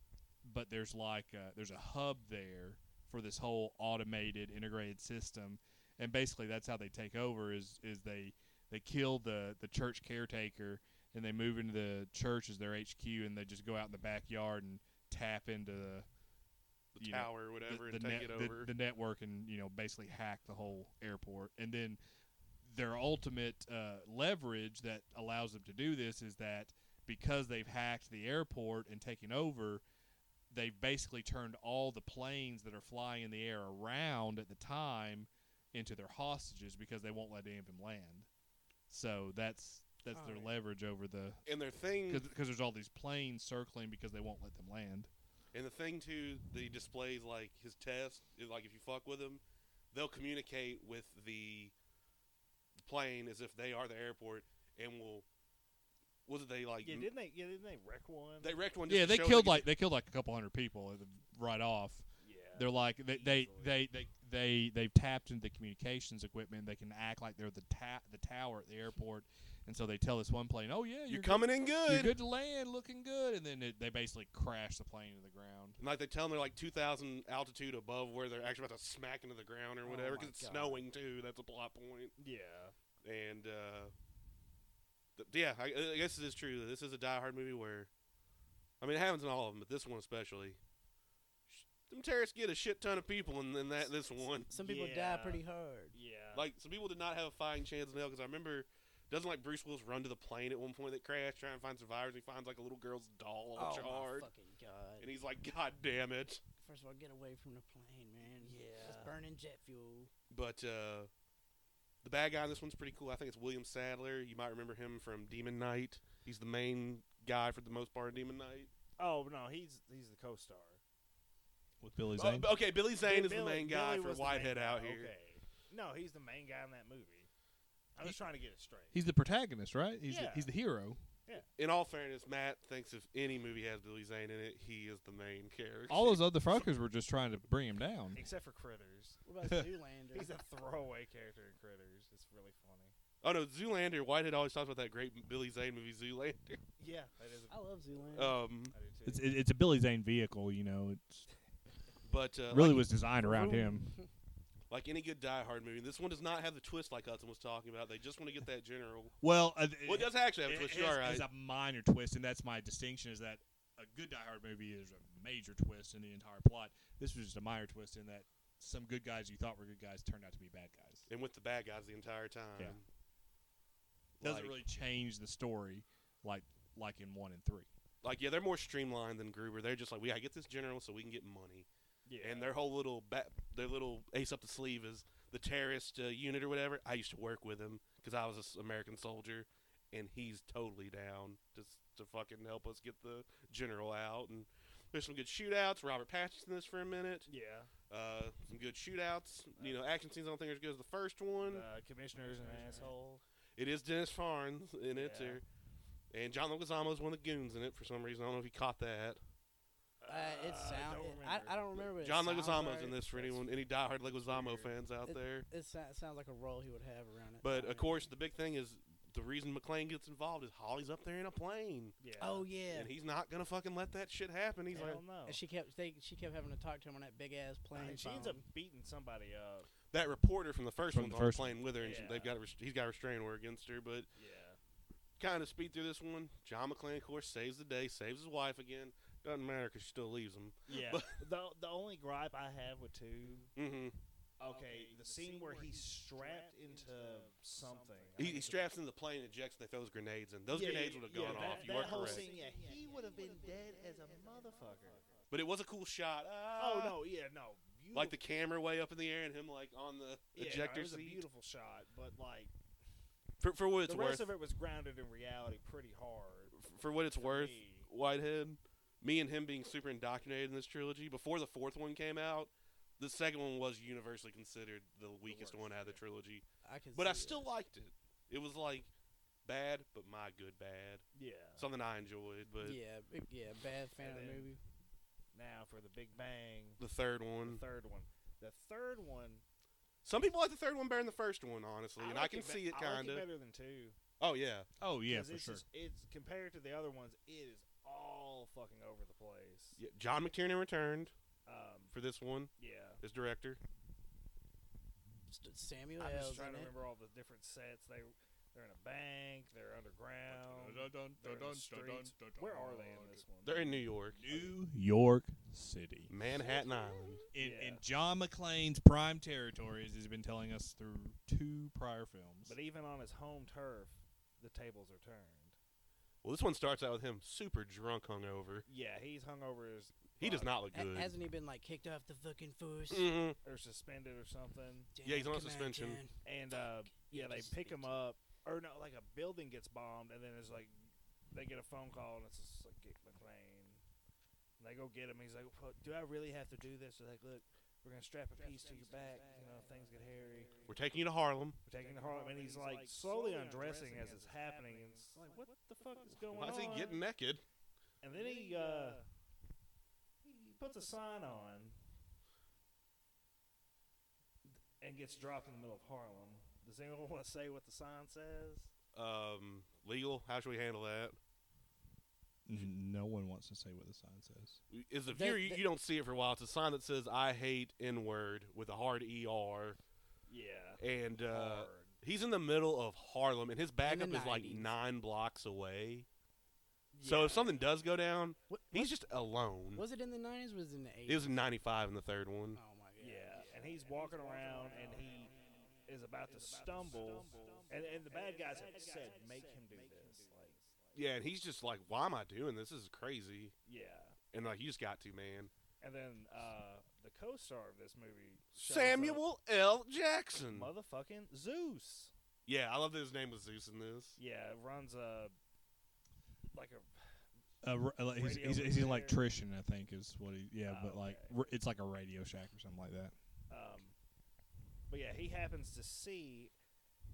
Speaker 4: but there's like uh there's a hub there for this whole automated integrated system, and basically that's how they take over is is they they kill the the church caretaker and they move into the church as their HQ and they just go out in the backyard and tap into the
Speaker 1: The
Speaker 4: you know,
Speaker 1: tower, or whatever, and take
Speaker 4: net-
Speaker 1: it over.
Speaker 4: The, the network and you know basically hack the whole airport, and then their ultimate uh, leverage that allows them to do this is that because they've hacked the airport and taken over, they've basically turned all the planes that are flying in the air around at the time into their hostages because they won't let any of them land. So that's that's their
Speaker 3: Alright.
Speaker 4: leverage over the
Speaker 1: and their thing
Speaker 4: because there's all these planes circling because they won't let them land.
Speaker 1: And the thing too, the displays like his test. Is like if you fuck with him, they'll communicate with the plane as if they are the airport and will was it they like
Speaker 2: Yeah,
Speaker 1: m-
Speaker 2: didn't they? Yeah, didn't they wreck one?
Speaker 1: they wrecked one? Just
Speaker 4: Yeah,
Speaker 1: to
Speaker 4: they
Speaker 1: show
Speaker 4: killed
Speaker 1: could-
Speaker 4: like they killed like a couple hundred people at the- right off.
Speaker 2: yeah.
Speaker 4: They're like they they,
Speaker 2: Easily.
Speaker 4: they they they they've tapped into the communications equipment. They can act like they're the ta- the tower at the airport, and so they tell this one plane, "Oh yeah,
Speaker 1: you're,
Speaker 4: you're, good-
Speaker 1: coming in good.
Speaker 4: You're good to land, looking good." And then it, they basically crash the plane into the ground.
Speaker 1: And like they tell them they're like 2,000 altitude above where they're actually about to smack into the ground or
Speaker 2: Oh
Speaker 1: whatever
Speaker 2: my
Speaker 1: because it's
Speaker 2: God.
Speaker 1: snowing too. That's a plot point.
Speaker 2: yeah.
Speaker 1: And uh, th- yeah, I, I guess it is true. that This is a Die Hard movie where, I mean, it happens in all of them, but this one especially. Sh- Them terrorists get a shit ton of people in, in that this one.
Speaker 3: Some people die
Speaker 2: Yeah.
Speaker 3: pretty hard.
Speaker 2: Yeah.
Speaker 1: Like some people did not have a fighting chance in hell because I remember. Doesn't like Bruce Willis run to the plane at one point that crashed, trying to find survivors. He finds like a little girl's doll all
Speaker 3: oh my
Speaker 1: charred,
Speaker 3: fucking god!
Speaker 1: and he's like, "God damn it!"
Speaker 3: First of all, get away from the plane, man. It's
Speaker 2: Yeah.
Speaker 3: burning jet fuel.
Speaker 1: But uh, the bad guy in this one's pretty cool. I think it's William Sadler. You might remember him from Demon Knight. He's the main guy for the most part in Demon Knight.
Speaker 2: Oh no, he's he's the co-star.
Speaker 4: With Billy
Speaker 1: Oh, b- okay, Billy Zane is the
Speaker 2: Billy-
Speaker 1: main guy
Speaker 2: Billy
Speaker 1: for
Speaker 2: was the
Speaker 1: Whitehead
Speaker 2: main
Speaker 1: out
Speaker 2: guy,
Speaker 1: here.
Speaker 2: Okay. No, he's the main guy in that movie. I'm just trying to get it straight.
Speaker 4: He's the protagonist, right? He's the,
Speaker 2: Yeah.
Speaker 4: he's the hero.
Speaker 1: In all fairness, Matt thinks if any movie has Billy Zane in it, he is the main character.
Speaker 4: All those other fuckers were just trying to bring him down.
Speaker 2: Except for Critters.
Speaker 3: What about [LAUGHS] Zoolander?
Speaker 2: He's a throwaway character in Critters. It's really funny.
Speaker 1: oh no, Zoolander. Whitehead always talks about that great Billy Zane movie, Zoolander.
Speaker 2: Yeah, that is. A,
Speaker 3: I love
Speaker 2: Mm-hmm.
Speaker 3: Zoolander.
Speaker 1: Um,
Speaker 2: I do
Speaker 4: It's
Speaker 2: too.
Speaker 4: it, it's a Billy Zane vehicle, you know. It's
Speaker 1: but uh,
Speaker 4: really
Speaker 1: like,
Speaker 4: was designed around him.
Speaker 1: like any good Die Hard movie, this one does not have the twist like Hudson was talking about. They just want to get that general.
Speaker 4: Well, uh,
Speaker 1: Well, it does actually have a
Speaker 4: It-
Speaker 1: twist.
Speaker 4: it
Speaker 1: You're
Speaker 4: has-
Speaker 1: all right.
Speaker 4: has a minor twist, and that's my distinction: is that a good Die Hard movie is a major twist in the entire plot. This was just a minor twist in that some good guys you thought were good guys turned out to be bad guys.
Speaker 1: and with the bad guys the entire time.
Speaker 4: Yeah. Doesn't
Speaker 1: Like-
Speaker 4: really change the story, like like in one and three.
Speaker 1: like yeah, they're more streamlined than Gruber. They're just like we gotta get this general so we can get money.
Speaker 2: yeah.
Speaker 1: And their whole little ba- their little ace up the sleeve is the terrorist uh, unit or whatever. I used to work with him because I was an American soldier, and he's totally down to s- to fucking help us get the general out. And there's some good shootouts. Robert Pattinson in this for a minute.
Speaker 2: yeah.
Speaker 1: Uh, some good shootouts. You know, action scenes I don't think are as good as the first one.
Speaker 2: The commissioner's an asshole.
Speaker 1: It is Dennis Farnes in it,
Speaker 2: Yeah.
Speaker 1: or, and John Leguizamo's one of the goons in it for some reason. I don't know if you caught that.
Speaker 3: Uh, it
Speaker 2: Uh,
Speaker 3: sound.
Speaker 2: don't
Speaker 3: I,
Speaker 2: remember.
Speaker 3: I, don't remember. What
Speaker 1: John
Speaker 3: it sounds
Speaker 1: Leguizamo's
Speaker 3: like.
Speaker 1: in this for
Speaker 2: That's
Speaker 1: anyone, any diehard Leguizamo
Speaker 2: weird.
Speaker 1: fans out
Speaker 3: It-
Speaker 1: there.
Speaker 3: It, so- it sounds like a role he would have around it.
Speaker 1: But of course, the big thing is the reason McClane gets involved is Holly's up there in a plane,
Speaker 2: Yeah.
Speaker 3: Oh yeah.
Speaker 1: and he's not gonna fucking let that shit happen. He's
Speaker 2: Hell
Speaker 1: like,
Speaker 2: no.
Speaker 3: And she kept they, she kept having to talk to him on that big ass plane.
Speaker 2: And Uh, she ends up
Speaker 3: phone.
Speaker 2: beating somebody up.
Speaker 1: that reporter from the first
Speaker 4: From
Speaker 1: one's
Speaker 4: the
Speaker 1: on the
Speaker 4: first
Speaker 1: plane with her, and she,
Speaker 2: Yeah.
Speaker 1: they've got a rest- he's got a restraining order against her. But
Speaker 2: Yeah.
Speaker 1: kind of speed through this one. John McClane, of course, saves the day, saves his wife again. Doesn't matter because she still leaves him.
Speaker 2: Yeah. the the only gripe I have with two
Speaker 1: hmm
Speaker 2: Okay, the, scene, where he's strapped into something. I
Speaker 1: He,
Speaker 2: think
Speaker 1: he
Speaker 2: it's a-
Speaker 1: straps into the plane, ejects, and they throws grenades, and those
Speaker 2: Yeah,
Speaker 1: grenades
Speaker 2: yeah,
Speaker 1: would have
Speaker 2: yeah,
Speaker 1: gone
Speaker 2: that-
Speaker 1: off. you
Speaker 2: that
Speaker 1: are
Speaker 2: whole
Speaker 1: correct.
Speaker 2: Scene, yeah, he would have been dead as a motherfucker.
Speaker 1: But it was a cool shot. Ah.
Speaker 2: Oh no, yeah, no. Beautiful,
Speaker 1: like the camera way up in the air and him like on the
Speaker 2: yeah,
Speaker 1: ejector
Speaker 2: it was a
Speaker 1: seat.
Speaker 2: beautiful shot, but like
Speaker 1: For, for what it's
Speaker 2: the
Speaker 1: worth,
Speaker 2: rest of it was grounded in reality pretty hard.
Speaker 1: for what it's
Speaker 2: for
Speaker 1: worth,
Speaker 2: me.
Speaker 1: Whitehead, me and him being super indoctrinated in this trilogy before the fourth one came out. The second one was universally considered the weakest
Speaker 2: worst,
Speaker 1: one out of the
Speaker 2: yeah.
Speaker 1: trilogy,
Speaker 3: I can
Speaker 1: but I
Speaker 3: see it.
Speaker 1: still liked it. It was like bad, but my good bad,
Speaker 2: Yeah.
Speaker 1: something I enjoyed. But
Speaker 3: yeah, big- yeah, bad fan of the
Speaker 2: then-
Speaker 3: movie.
Speaker 2: Now for the Big Bang,
Speaker 1: the third
Speaker 2: the
Speaker 1: one,
Speaker 2: third one. The third one,
Speaker 1: some people like the third one better than the first one, honestly, and
Speaker 2: like
Speaker 1: I can
Speaker 2: it be-
Speaker 1: see it
Speaker 2: I like
Speaker 1: kind of.
Speaker 2: better than two.
Speaker 1: oh yeah,
Speaker 4: Oh yeah,
Speaker 2: 'cause
Speaker 4: for
Speaker 2: it's
Speaker 4: sure.
Speaker 2: just- it's compared to the other ones, it is all fucking over the place.
Speaker 1: yeah. John McTiernan returned
Speaker 2: Um,
Speaker 1: for this one
Speaker 2: yeah.
Speaker 1: as director.
Speaker 3: St- Samuel
Speaker 2: I'm
Speaker 3: L.
Speaker 2: just trying to remember all the different sets. They they're in a bank. They're underground. They're in the streets. Where are they in this one?
Speaker 1: They're in New York,
Speaker 4: New York City.
Speaker 1: Manhattan Island.
Speaker 4: In,
Speaker 2: Yeah.
Speaker 4: in John McClane's prime territory, as he's been telling us through two prior films.
Speaker 2: But even on his home turf, the tables are turned.
Speaker 1: Well, this one starts out with him super drunk, hungover.
Speaker 2: Yeah, he's hungover as
Speaker 1: He does
Speaker 2: fuck,
Speaker 1: not look
Speaker 3: Ha-
Speaker 1: good.
Speaker 3: hasn't he been like kicked off the fucking force?
Speaker 1: hmm
Speaker 2: or suspended or something.
Speaker 3: Damn,
Speaker 1: Yeah, he's on
Speaker 3: come
Speaker 1: suspension.
Speaker 3: John.
Speaker 2: And uh, yeah, they
Speaker 3: Just-
Speaker 2: pick him up. Or no, like a building gets bombed, and then it's like they get a phone call, and it's just like get McLean. And they go get him. He's like, "Well, "Do I really have to do this?" They're like, "Look, We're gonna strap a piece to your back, you know, if things get hairy.
Speaker 1: We're taking you to Harlem.
Speaker 2: We're taking the Harlem, and he's like slowly undressing as it's happening, and it's like, what the fuck is going
Speaker 1: Why is he
Speaker 2: on?
Speaker 1: getting naked?
Speaker 2: And then he uh, he puts a sign on and gets dropped in the middle of Harlem. Does anyone want to say what the sign says?
Speaker 1: Um, legal? How should we handle that?
Speaker 4: No one wants to say what the sign says.
Speaker 1: Is the
Speaker 3: They-
Speaker 1: viewer you,
Speaker 3: they-
Speaker 1: you don't see it for a while? It's a sign that says "I hate N word" with a hard ER,
Speaker 2: Yeah.
Speaker 1: and uh,
Speaker 2: Hard.
Speaker 1: he's in the middle of Harlem, and his backup is like
Speaker 3: 90s.
Speaker 1: nine blocks away. So if something does go down,
Speaker 3: What,
Speaker 1: he's
Speaker 3: was,
Speaker 1: just alone.
Speaker 3: was it in the nineties? Was it in the eighties?
Speaker 1: Mm. It was '95 in the third one.
Speaker 3: Oh my god.
Speaker 2: Yeah, and he's walking around and he is about to stumble, and and the bad guys have said, "Make him do this." Like,
Speaker 1: Yeah, and he's just like, "Why am I doing this? This is crazy."
Speaker 2: yeah.
Speaker 1: And like, you just got to man.
Speaker 2: And then uh, the co-star of this movie, shows up.
Speaker 1: Samuel L. Jackson.
Speaker 2: motherfucking Zeus.
Speaker 1: Yeah, I love that his name was Zeus in this.
Speaker 2: Yeah, runs a like a
Speaker 4: Uh, r- uh, like, he's,
Speaker 2: Radio
Speaker 4: he's, he's an
Speaker 2: repair.
Speaker 4: electrician, I think, is what he. Yeah,
Speaker 2: Oh,
Speaker 4: but like
Speaker 2: okay.
Speaker 4: r- it's like a Radio Shack or something like that.
Speaker 2: Um, but yeah, he happens to see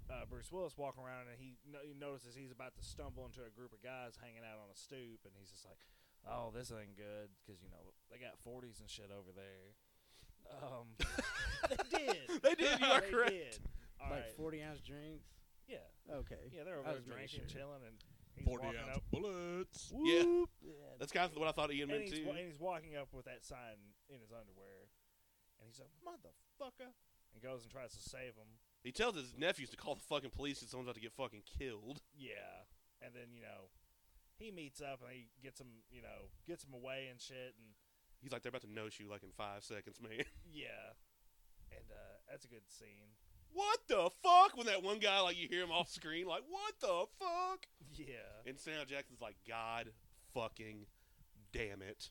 Speaker 2: uh, Bruce Willis walking around, and he, no- he notices he's about to stumble into a group of guys hanging out on a stoop, and he's just like, "Oh, this ain't good," because you know they got forties and shit over there.
Speaker 1: [LAUGHS]
Speaker 2: Um, they did.
Speaker 1: They did, you are correct.
Speaker 2: All
Speaker 3: like
Speaker 2: right.
Speaker 3: forty ounce drinks.
Speaker 2: yeah,
Speaker 3: Okay.
Speaker 2: yeah, they're over
Speaker 3: I
Speaker 2: there
Speaker 3: was making
Speaker 2: drinking,
Speaker 3: sure.
Speaker 2: chilling, and he's
Speaker 4: Forty
Speaker 2: walking
Speaker 4: ounce
Speaker 2: up.
Speaker 4: bullets.
Speaker 1: Yeah.
Speaker 2: Whoop.
Speaker 3: Yeah,
Speaker 1: That's kind of what I thought Ian
Speaker 2: and
Speaker 1: meant
Speaker 2: he's,
Speaker 1: too.
Speaker 2: wa- and he's walking up with that sign in his underwear, and he's like, "Motherfucker," and goes and tries to save him.
Speaker 1: He tells his nephews to call the fucking police because someone's about to get fucking killed.
Speaker 2: Yeah, and then you know, he meets up and he gets him, you know, gets him away and shit, and
Speaker 1: He's like, they're about to nose you like in five seconds, man. [LAUGHS]
Speaker 2: yeah, and uh, that's a good scene.
Speaker 1: what the fuck? When that one guy, like, you hear him off screen, like, what the fuck?
Speaker 2: Yeah,
Speaker 1: And Samuel Jackson's like, God fucking damn it.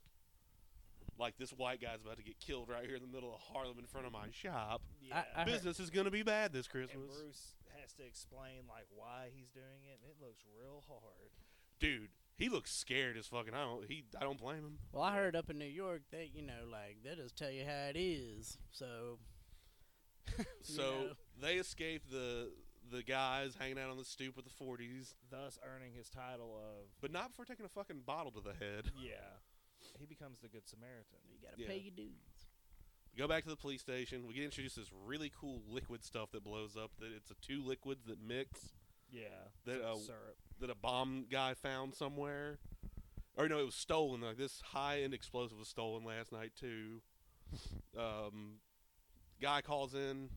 Speaker 1: Like, this white guy's about to get killed right here in the middle of Harlem in front of my shop.
Speaker 2: yeah.
Speaker 3: I heard-
Speaker 1: Business is going to be bad this
Speaker 2: and
Speaker 1: Christmas.
Speaker 2: Bruce has to explain like why he's doing it, and it looks real hard.
Speaker 1: Dude, he looks scared as fucking. I don't, he, I don't blame him.
Speaker 3: Well, I heard up in New York they, you know, like they just tell you how it is. So
Speaker 1: So
Speaker 3: Yeah.
Speaker 1: they escaped the the guys hanging out on the stoop with the forties,
Speaker 2: Thus earning his title of
Speaker 1: but not before taking a fucking bottle to the head.
Speaker 2: yeah. He becomes the good Samaritan.
Speaker 3: you gotta
Speaker 1: Yeah.
Speaker 3: pay your dues.
Speaker 1: We go back to the police station. We get introduced to this really cool liquid stuff that blows up. That it's a two liquids that mix
Speaker 2: Yeah,
Speaker 1: That,
Speaker 2: some
Speaker 1: uh,
Speaker 2: syrup.
Speaker 1: that a bomb guy found somewhere. Or no, it was stolen. Like this high end explosive was stolen last night too. Um, guy calls in,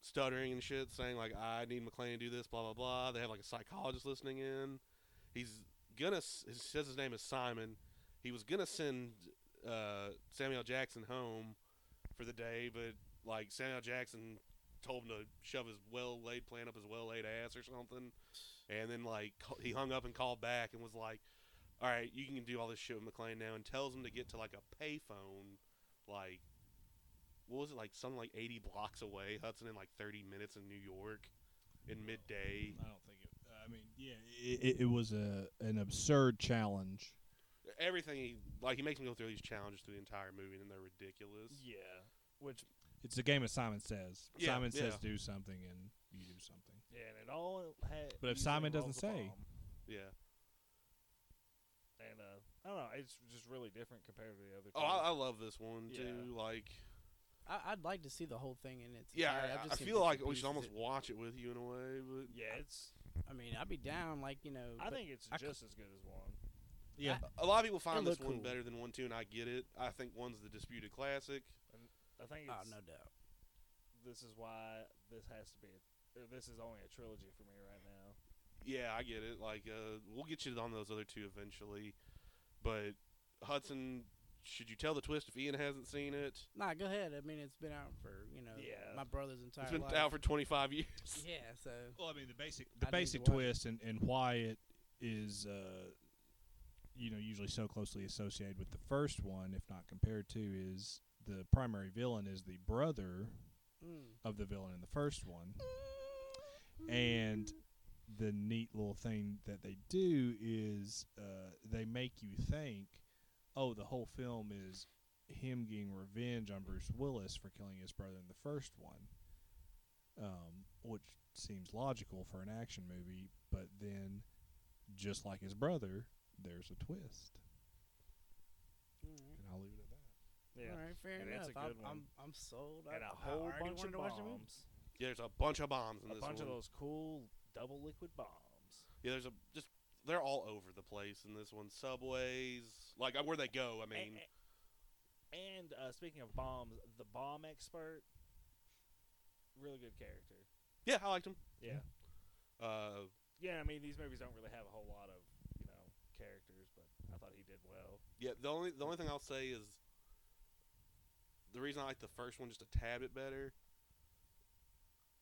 Speaker 1: stuttering and shit, saying like, "I need McLean to do this." Blah blah blah. They have like a psychologist listening in. He's gonna. s- He says his name is Simon. He was gonna send uh, Samuel Jackson home for the day, but like Samuel Jackson told him to shove his well laid plan up his well laid ass or something. And then like ca- he hung up and called back and was like, "All right, you can do all this shit with McLean now," and tells him to get to like a payphone, like what was it like something like eighty blocks away, Hudson in like thirty minutes in New York, in midday.
Speaker 4: I don't think it. uh, I mean, yeah, it, it was a an absurd challenge.
Speaker 1: Everything he, like he makes him go through these challenges through the entire movie and they're ridiculous.
Speaker 2: Yeah, which
Speaker 4: It's a game of Simon Says.
Speaker 1: Yeah,
Speaker 4: Simon says
Speaker 1: yeah.
Speaker 4: do something, and you do something.
Speaker 2: yeah, and it all had.
Speaker 4: But if Simon doesn't say-
Speaker 1: Yeah.
Speaker 2: and uh, I don't know, it's just really different compared to the other.
Speaker 1: Oh,
Speaker 2: two.
Speaker 1: I, I love this one too.
Speaker 2: Yeah.
Speaker 1: Like,
Speaker 3: I, I'd like to see the whole thing in its.
Speaker 1: yeah,
Speaker 3: entirety. I've
Speaker 1: I,
Speaker 3: just
Speaker 1: I
Speaker 3: seen
Speaker 1: feel
Speaker 3: bits
Speaker 1: like
Speaker 3: and
Speaker 1: we should
Speaker 3: pieces.
Speaker 1: almost watch it with you in a way. But
Speaker 2: Yeah, it's.
Speaker 3: I mean, I'd be down. Like you know,
Speaker 2: I
Speaker 3: but
Speaker 2: think it's
Speaker 3: I c-
Speaker 2: just as good as one.
Speaker 4: Yeah,
Speaker 1: a lot of people find
Speaker 3: It
Speaker 1: this
Speaker 3: looked
Speaker 1: one
Speaker 3: cool.
Speaker 1: better than one two, and I get it. I think one's the disputed classic.
Speaker 2: I think
Speaker 3: Oh
Speaker 2: it's,
Speaker 3: no doubt.
Speaker 2: this is why this has to be. A, or this is only a trilogy for me right now.
Speaker 1: Yeah, I get it. Like, uh, we'll get you on those other two eventually. But Hudson, should you tell the twist if Ian hasn't seen it?
Speaker 3: Nah, go ahead. I mean, it's been out for you know
Speaker 2: Yeah.
Speaker 3: my brother's entire
Speaker 1: it's been
Speaker 3: life.
Speaker 1: out for 25 years. [LAUGHS]
Speaker 3: yeah, so
Speaker 4: Well, I mean, the basic
Speaker 3: I
Speaker 4: the
Speaker 3: need
Speaker 4: basic
Speaker 3: to watch it.
Speaker 4: twist and, and why it is, uh, you know, usually so closely associated with the first one, if not compared to, is the primary villain is the brother
Speaker 3: mm.
Speaker 4: of the villain in the first one, and the neat little thing that they do is uh, they make you think, oh, the whole film is him getting revenge on Bruce Willis for killing his brother in the first one, um, which seems logical for an action movie. But then, just like his brother, there's a twist,
Speaker 3: Alright.
Speaker 4: and I'll leave it at that.
Speaker 2: Yeah.
Speaker 3: Mm-hmm. All right, fair
Speaker 2: And
Speaker 3: enough.
Speaker 2: that's a
Speaker 3: I'm,
Speaker 2: good one.
Speaker 3: I'm I'm sold. I,
Speaker 2: And a
Speaker 3: I
Speaker 2: whole
Speaker 3: already
Speaker 2: bunch
Speaker 3: wanted to
Speaker 2: of
Speaker 3: watch the movie.
Speaker 2: bombs.
Speaker 1: Yeah, there's a bunch of bombs in
Speaker 2: A
Speaker 1: this
Speaker 2: bunch
Speaker 1: one.
Speaker 2: of those cool double liquid bombs.
Speaker 1: Yeah, there's a just they're all over the place in this one. Subways, like uh, where they go. I
Speaker 2: Eh,
Speaker 1: mean,
Speaker 2: A- a- and uh, speaking of bombs, the bomb expert, really good character.
Speaker 1: yeah, I liked them.
Speaker 2: Yeah.
Speaker 1: Uh,
Speaker 2: Yeah, I mean these movies don't really have a whole lot of you know characters, but I thought he did well.
Speaker 1: yeah, the only the only thing I'll say is the reason I like the first one just a tad bit better.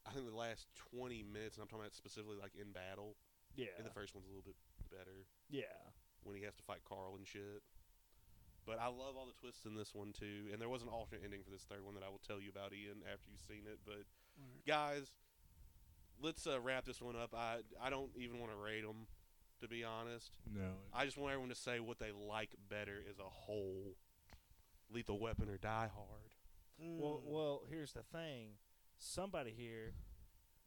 Speaker 1: I think the last twenty minutes, and I'm talking about specifically like in battle,
Speaker 2: Yeah.
Speaker 1: and the first one's a little bit better
Speaker 2: yeah.
Speaker 1: when he has to fight Carl and shit. But I love all the twists in this one too, and there was an alternate ending for this third one that I will tell you about, Ian, after you've seen it. But
Speaker 3: Alright.
Speaker 1: guys, let's uh, wrap this one up. I I don't even want to rate them, to be honest.
Speaker 4: No,
Speaker 1: I just want everyone to say what they like better as a whole. Lethal Weapon or Die Hard.
Speaker 2: Well,
Speaker 1: Hmm.
Speaker 3: Mm.
Speaker 2: well, here's the thing. Somebody here,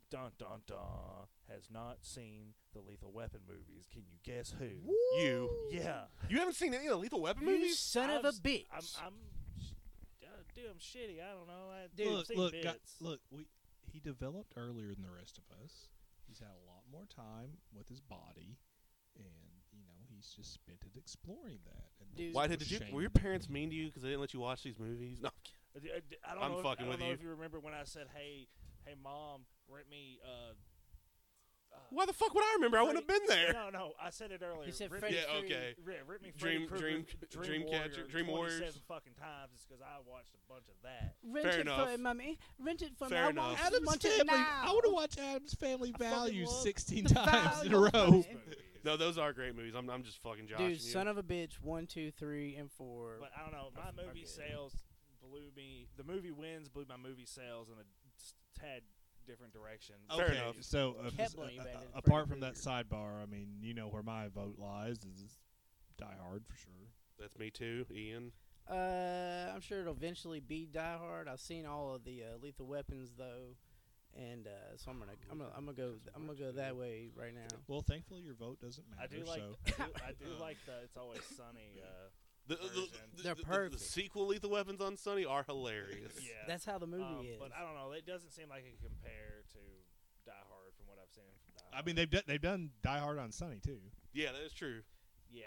Speaker 2: dun dun dun, has not seen the Lethal Weapon movies. Can you guess who?
Speaker 1: You
Speaker 2: Yeah.
Speaker 1: you haven't seen any of the Lethal Weapon
Speaker 3: Mm. you
Speaker 1: movies?
Speaker 3: son of a
Speaker 2: I've-
Speaker 3: bitch.
Speaker 2: I'm, I'm, uh, dude, I'm shitty. I don't know. I, dude, I've
Speaker 4: look,
Speaker 2: seen
Speaker 4: look,
Speaker 2: bits.
Speaker 4: gu- look. We he developed earlier than the rest of us. He's had a lot more time with his body, and you know he's just spent it exploring that. And
Speaker 3: Dude.
Speaker 1: Why did, did you?
Speaker 4: shame
Speaker 1: Were your
Speaker 4: that-
Speaker 1: parents mean to you because they didn't let you watch these movies? No, I'm kidding.
Speaker 2: I Uh, d- I d- I don't
Speaker 1: I'm
Speaker 2: know if,
Speaker 1: fucking
Speaker 2: I don't
Speaker 1: with
Speaker 2: know
Speaker 1: you.
Speaker 2: if you remember when I said, "Hey, hey, mom, rent me." Uh, uh,
Speaker 1: why the fuck would I remember? I wouldn't have been there.
Speaker 2: No, no, I said it earlier.
Speaker 3: He said
Speaker 2: rent
Speaker 3: Freddy
Speaker 2: me,
Speaker 1: Yeah,
Speaker 3: Fury.
Speaker 1: okay.
Speaker 2: yeah, rent me
Speaker 1: Dream-
Speaker 2: Freddy
Speaker 1: Dream-
Speaker 2: Krueger,
Speaker 1: Dream
Speaker 2: Warrior
Speaker 1: Catcher- Dream Warriors.
Speaker 2: Seven fucking times, just because I watched a bunch of that.
Speaker 3: Rent
Speaker 1: Fair
Speaker 3: it
Speaker 1: enough.
Speaker 3: for me, mummy. Rent it for
Speaker 1: Fair
Speaker 3: me. I
Speaker 1: enough.
Speaker 3: want,
Speaker 1: Adam's
Speaker 3: want it
Speaker 4: Family-
Speaker 3: now.
Speaker 4: I want to watch Adam's Family
Speaker 2: fucking
Speaker 4: Values
Speaker 2: love
Speaker 4: 16
Speaker 3: the
Speaker 4: times [LAUGHS] in a
Speaker 3: values,
Speaker 4: row.
Speaker 3: man.
Speaker 1: No, those are great movies. I'm, I'm just fucking joshing
Speaker 3: Dude,
Speaker 1: you.
Speaker 3: son of a bitch. One, two, three, and four.
Speaker 2: But I don't know. My
Speaker 3: I'm
Speaker 2: movie
Speaker 3: good.
Speaker 2: sales blew me. The movie wins blew my movie sales in a s- tad different direction.
Speaker 1: Fair Okay. enough.
Speaker 4: So, uh,
Speaker 3: Kept
Speaker 4: uh,
Speaker 3: blowing you
Speaker 4: uh,
Speaker 3: back
Speaker 4: uh,
Speaker 3: to the
Speaker 4: apart
Speaker 3: freaking
Speaker 4: from that sidebar, I mean, you know where my vote lies is it's Die Hard for sure.
Speaker 1: That's me too, Ian.
Speaker 3: Uh, I'm sure it'll eventually be Die Hard. I've seen all of the uh, Lethal Weapons though, and uh, so I'm gonna I'm gonna I'm gonna go I'm gonna go that way right now.
Speaker 4: Well, thankfully your vote doesn't matter.
Speaker 2: I do like.
Speaker 4: so.
Speaker 2: I do, I do like the. It's always
Speaker 4: [LAUGHS]
Speaker 2: sunny. Uh,
Speaker 1: The, the, the,
Speaker 2: Version.
Speaker 1: the,
Speaker 3: They're
Speaker 1: the- The,
Speaker 3: perfect.
Speaker 1: sequel Lethal Weapons on Sunny are hilarious.
Speaker 3: [LAUGHS]
Speaker 2: yeah.
Speaker 3: That's how the movie
Speaker 2: Um,
Speaker 3: is.
Speaker 2: But I don't know. It doesn't seem like it can compare to Die Hard from what I've seen. From Die
Speaker 4: I
Speaker 2: Hard.
Speaker 4: mean, they've done, they've done Die Hard on Sunny too.
Speaker 1: Yeah, that is [LAUGHS] true.
Speaker 2: yeah,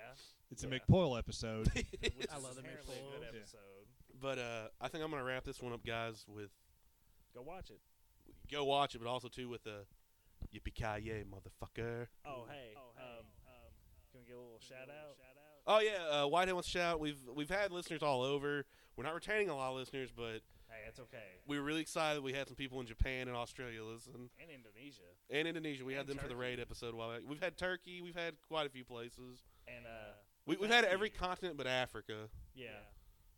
Speaker 4: It's a
Speaker 2: Yeah.
Speaker 4: McPoyle episode.
Speaker 2: which
Speaker 3: I
Speaker 2: is
Speaker 3: love the
Speaker 2: apparently a good
Speaker 3: McFoyle.
Speaker 4: Yeah.
Speaker 2: episode.
Speaker 1: But uh, I think I'm gonna wrap this one up, guys. With
Speaker 2: Go watch it.
Speaker 1: go watch it, but also too with a yippee ki yay, motherfucker.
Speaker 2: Oh hey, oh, hey. Um, um, can we get a little shout out? Shout out.
Speaker 1: Oh yeah, uh, Whitehead wants to shout. out. We've we've had listeners all over. We're not retaining a lot of listeners, but
Speaker 2: Hey, that's okay.
Speaker 1: we were really excited. We had some people in Japan and Australia listen,
Speaker 2: And Indonesia.
Speaker 1: and Indonesia. We had
Speaker 2: And
Speaker 1: them for the
Speaker 2: Turkey.
Speaker 1: raid episode. While back. we've had Turkey, we've had quite a few places.
Speaker 2: And uh,
Speaker 1: We, we've had
Speaker 2: Thank
Speaker 1: every
Speaker 2: you.
Speaker 1: continent but Africa.
Speaker 2: yeah.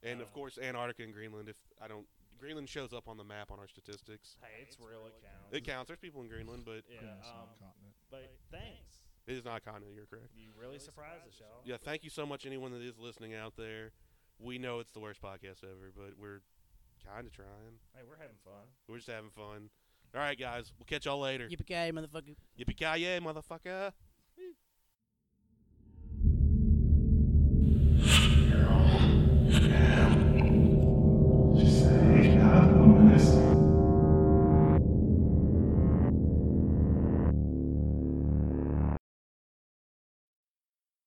Speaker 1: And
Speaker 2: Uh,
Speaker 1: of course, Antarctica and Greenland. If I don't, Greenland shows up on the map on our statistics.
Speaker 2: Hey, it's, real. It counts.
Speaker 1: It counts. There's people in Greenland, but
Speaker 2: [LAUGHS] Yeah.
Speaker 4: Goodness, I'm
Speaker 2: Um,
Speaker 4: continent.
Speaker 2: but thanks.
Speaker 1: it is not a continent. You're correct.
Speaker 2: You really surprised us, y'all.
Speaker 1: Yeah, thank you so much, anyone that is listening out there. We know it's the worst podcast ever, but we're kind of trying.
Speaker 2: Hey, we're having fun.
Speaker 1: We're just having fun. All right, guys. We'll catch y'all later.
Speaker 3: Yippee ki motherfucker.
Speaker 1: Yippee ki yay, motherfucker.